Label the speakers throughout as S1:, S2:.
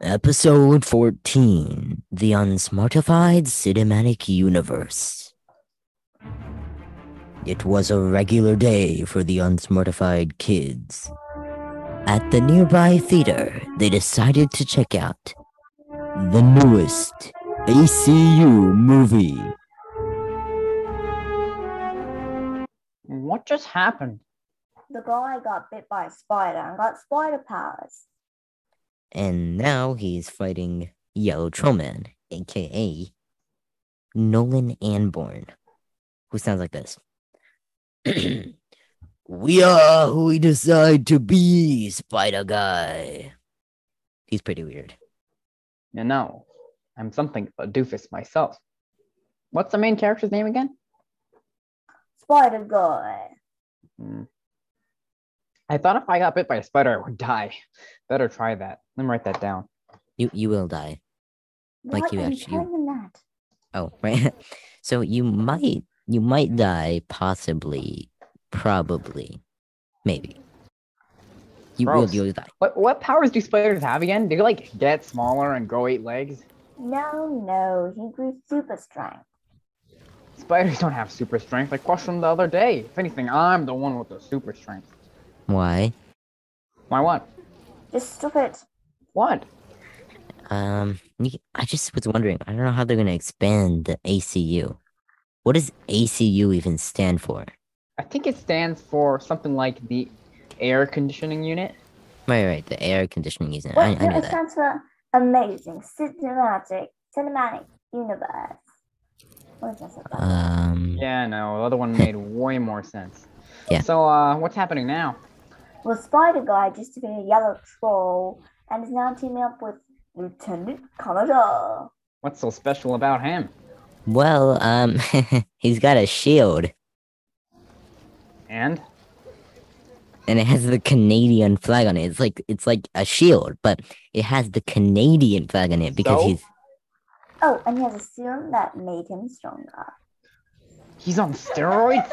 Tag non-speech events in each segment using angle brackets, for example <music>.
S1: Episode 14 The Unsmartified Cinematic Universe. It was a regular day for the unsmartified kids. At the nearby theater, they decided to check out the newest ACU movie.
S2: What just happened?
S3: The guy got bit by a spider and got spider powers.
S1: And now he's fighting Yellow Trollman, aka Nolan Anborn, who sounds like this. <clears throat> we are who we decide to be, Spider Guy. He's pretty weird.
S2: You know, I'm something of a doofus myself. What's the main character's name again?
S3: Spider guy.
S2: Hmm. I thought if I got bit by a spider, I would die. <laughs> Better try that. Let me write that down.
S1: You you will die. Like
S3: Why
S1: you
S3: are
S1: actually-
S3: telling them that?
S1: Oh, <laughs> right. so you might you might die possibly, probably, maybe. You will
S2: Gross.
S1: you will die.
S2: What what powers do spiders have again? Do they like get smaller and grow eight legs?
S3: No, no, he grew super strength.
S2: Spiders don't have super strength. I questioned the other day. If anything, I'm the one with the super strength.
S1: Why?
S2: Why what?
S3: Just stop it.
S2: What?
S1: Um, you- I just was wondering. I don't know how they're gonna expand the ACU. What does ACU even stand for?
S2: I think it stands for something like the air conditioning unit.
S1: Right, right. The air conditioning unit.
S3: What
S1: I, I
S3: no,
S1: know
S3: it
S1: that.
S3: stands for amazing cinematic cinematic universe. What is this about?
S1: Um,
S2: Yeah, no, the other one made way more sense.
S1: Yeah.
S2: So uh what's happening now?
S3: well, Spider Guy used to be a yellow troll and is now teaming up with Lieutenant Commodore.
S2: What's so special about him?
S1: well, um, <laughs> he's got a shield,
S2: And
S1: and it has the Canadian flag on it. It's like it's like a shield, but it has the Canadian flag on it because
S2: So?
S1: he's
S3: Oh, and he has a serum that made him stronger.
S2: he's on steroids?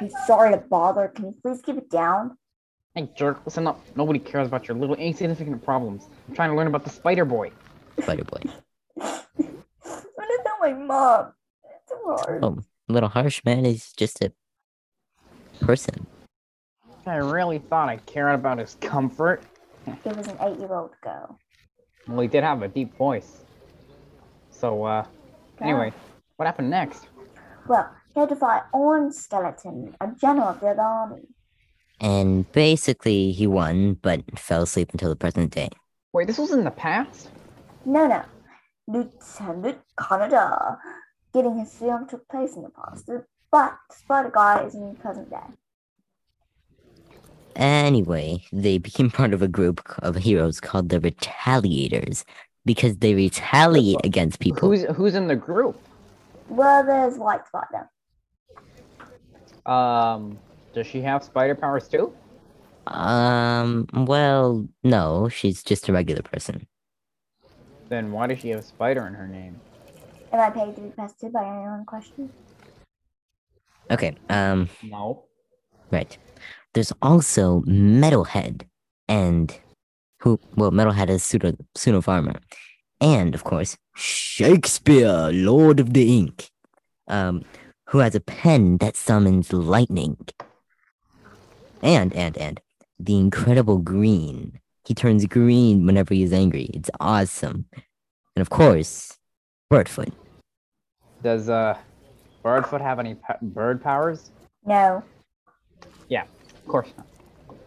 S3: I'm sorry to bother. Can you please keep it down?
S2: Hey, jerk, listen up. Nobody cares about your little insignificant problems. I'm trying to learn about the Spider Boy.
S1: Spider Boy.
S3: I'm gonna tell my mom. It's hard.
S1: Oh, a little harsh, man. He's just a person.
S2: I really thought I cared about his comfort.
S3: It was an eight-year-old girl.
S2: Well, he did have a deep voice. So, uh, anyway, what happened next?
S3: Well, he had to fight Orange Skeleton, a general of the other army.
S1: And basically, he won, but fell asleep until the present day.
S2: Wait, this was in the past?
S3: No, no, Lieutenant Canada. Getting his serum took place in the past, but Spider Guy is in the present day.
S1: Anyway, they became <laughs> part of a group c- of heroes called the Retaliators because they retaliate against people.
S2: Who's who's in the group?
S3: Well, there's White Spider.
S2: Um, does she have spider powers too?
S1: Um, well, no, she's just a regular person.
S2: Then why does she have spider in her name?
S3: Am I paid to be pestered by anyone? Question.
S1: Okay, um,
S2: No.
S1: right. There's also Metalhead and who, well, Metalhead is pseudo, pseudo farmer. And of course, Shakespeare, Lord of the Ink, um, who has a pen that summons lightning. And, and, and the incredible green. He turns green whenever he is angry. It's awesome. And of course, Birdfoot.
S2: Does uh, Birdfoot have any pa- bird powers?
S3: No.
S2: Of course not.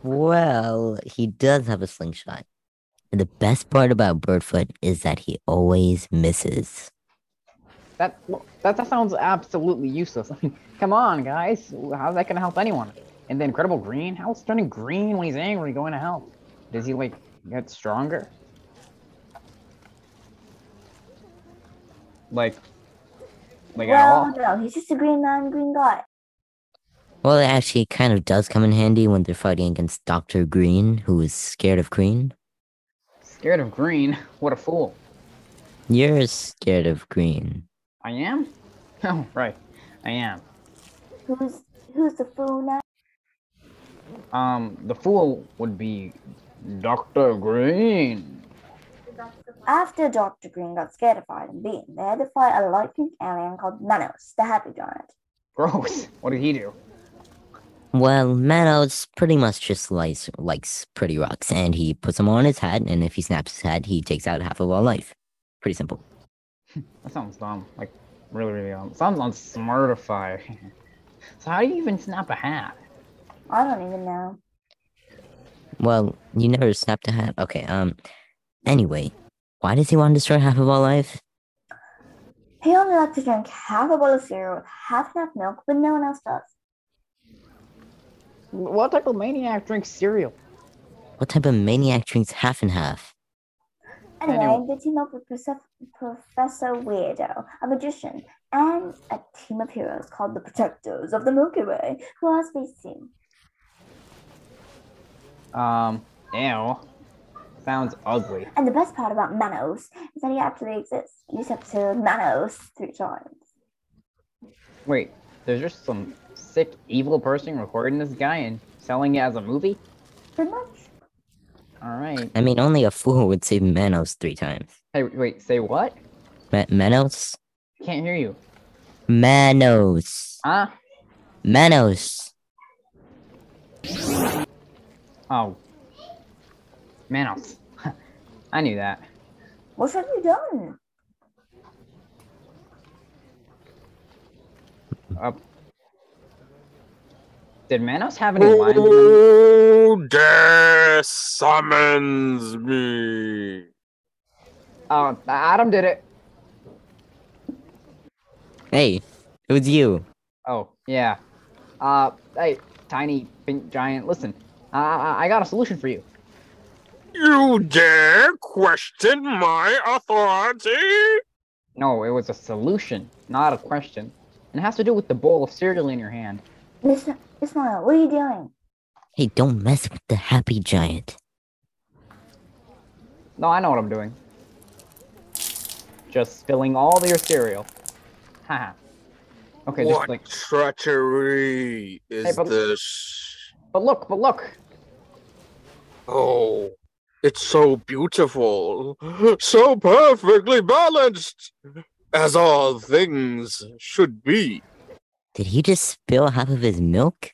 S1: Well, he does have a slingshot. And the best part about Birdfoot is that he always misses.
S2: That that, that sounds absolutely useless. <laughs> I mean, come on, guys. How's that gonna help anyone? And the Incredible Green, how's turning green when he's angry going to help? Does he like get stronger? Like, like at all?
S3: well, no, he's just a green man, green guy.
S1: Well, it actually kind of does come in handy when they're fighting against Dr. Green, who is scared of Green.
S2: Scared of green? <laughs> What a fool!
S1: You're scared of Green.
S2: I am. <laughs> Oh, right, I am.
S3: Who's who's the fool now?
S2: Um, the fool would be Doctor Green.
S3: After Dr. Green got scared of Iron Bean, they had to fight a light pink alien called Manos, the happy giant.
S2: Gross. <laughs> What did he do?
S1: Well, Manos pretty much just likes, likes pretty rocks, and he puts them on his head, and if he snaps his head, he takes out half of our life. Pretty simple.
S2: That sounds dumb. Like, really, really dumb. Sounds unsmartify. <laughs> so how do you even snap a hat?
S3: I don't even know.
S1: Well, you never snapped a hat. Okay, um, anyway, why does he want to destroy half of our life?
S3: He only likes to drink half a bowl of cereal with half enough milk, but no one else does.
S2: What type of maniac drinks cereal?
S1: What type of maniac drinks half and half?
S3: Anyway,
S2: Anyway.
S3: they team up with Prof- Professor Weirdo, a magician, and a team of heroes called the Protectors of the Milky Way, who are space team.
S2: Um, ew. Sounds ugly.
S3: And the best part about Manos is that he actually exists. You just have to Manos three times.
S2: Wait, there's just some sick, evil person recording this guy and selling it as a movie?
S3: Pretty much.
S2: Alright.
S1: I mean, only a fool would say Manos three times.
S2: Hey, wait, say what?
S1: Ma- Manos?
S2: Can't hear you.
S1: Manos.
S2: Huh?
S1: Manos.
S2: Oh. Manos. <laughs> I knew that.
S3: What have you done?
S2: Oh. Did Manos have any lines? in them?
S4: Who dare summons me?
S2: Oh, Adam did it.
S1: Hey, it was you.
S2: Oh, yeah. Uh, hey, tiny pink giant, listen. Uh, I I got a solution for you.
S4: You dare question my authority?
S2: No, it was a solution, not a question. And it has to do with the bowl of cereal in your hand.
S3: Mr. Ismail, what are you doing?
S1: Hey, don't mess with the happy giant.
S2: No, I know what I'm doing. Just spilling all of your cereal. <laughs> Haha. okay, just
S4: what
S2: like.
S4: treachery is
S2: but-
S4: this?
S2: But look, but look.
S4: Oh, it's so beautiful, so perfectly balanced, as all things should be.
S1: Did he just spill half of his milk?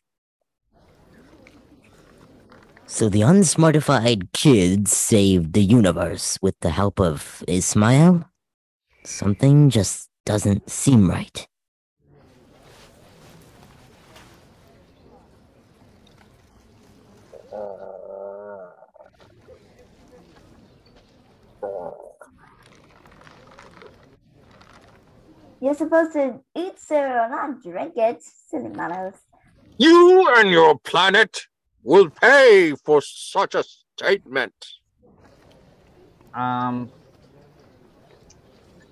S1: So the unsmartified kids saved the universe with the help of Ismail? Something just doesn't seem right.
S3: You're supposed to eat cereal, not drink it. Silly Manos.
S4: You and your planet will pay for such a statement.
S2: Um.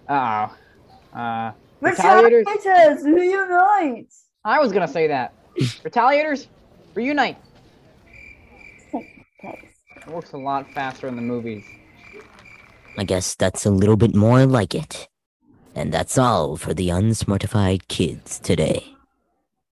S2: Oh. Uh. Retaliators.
S3: Retaliators, reunite!
S2: I was gonna say that. Retaliators, reunite.
S3: Place.
S2: It works a lot faster in the movies.
S1: I guess that's a little bit more like it. And that's all for the unsmartified kids today.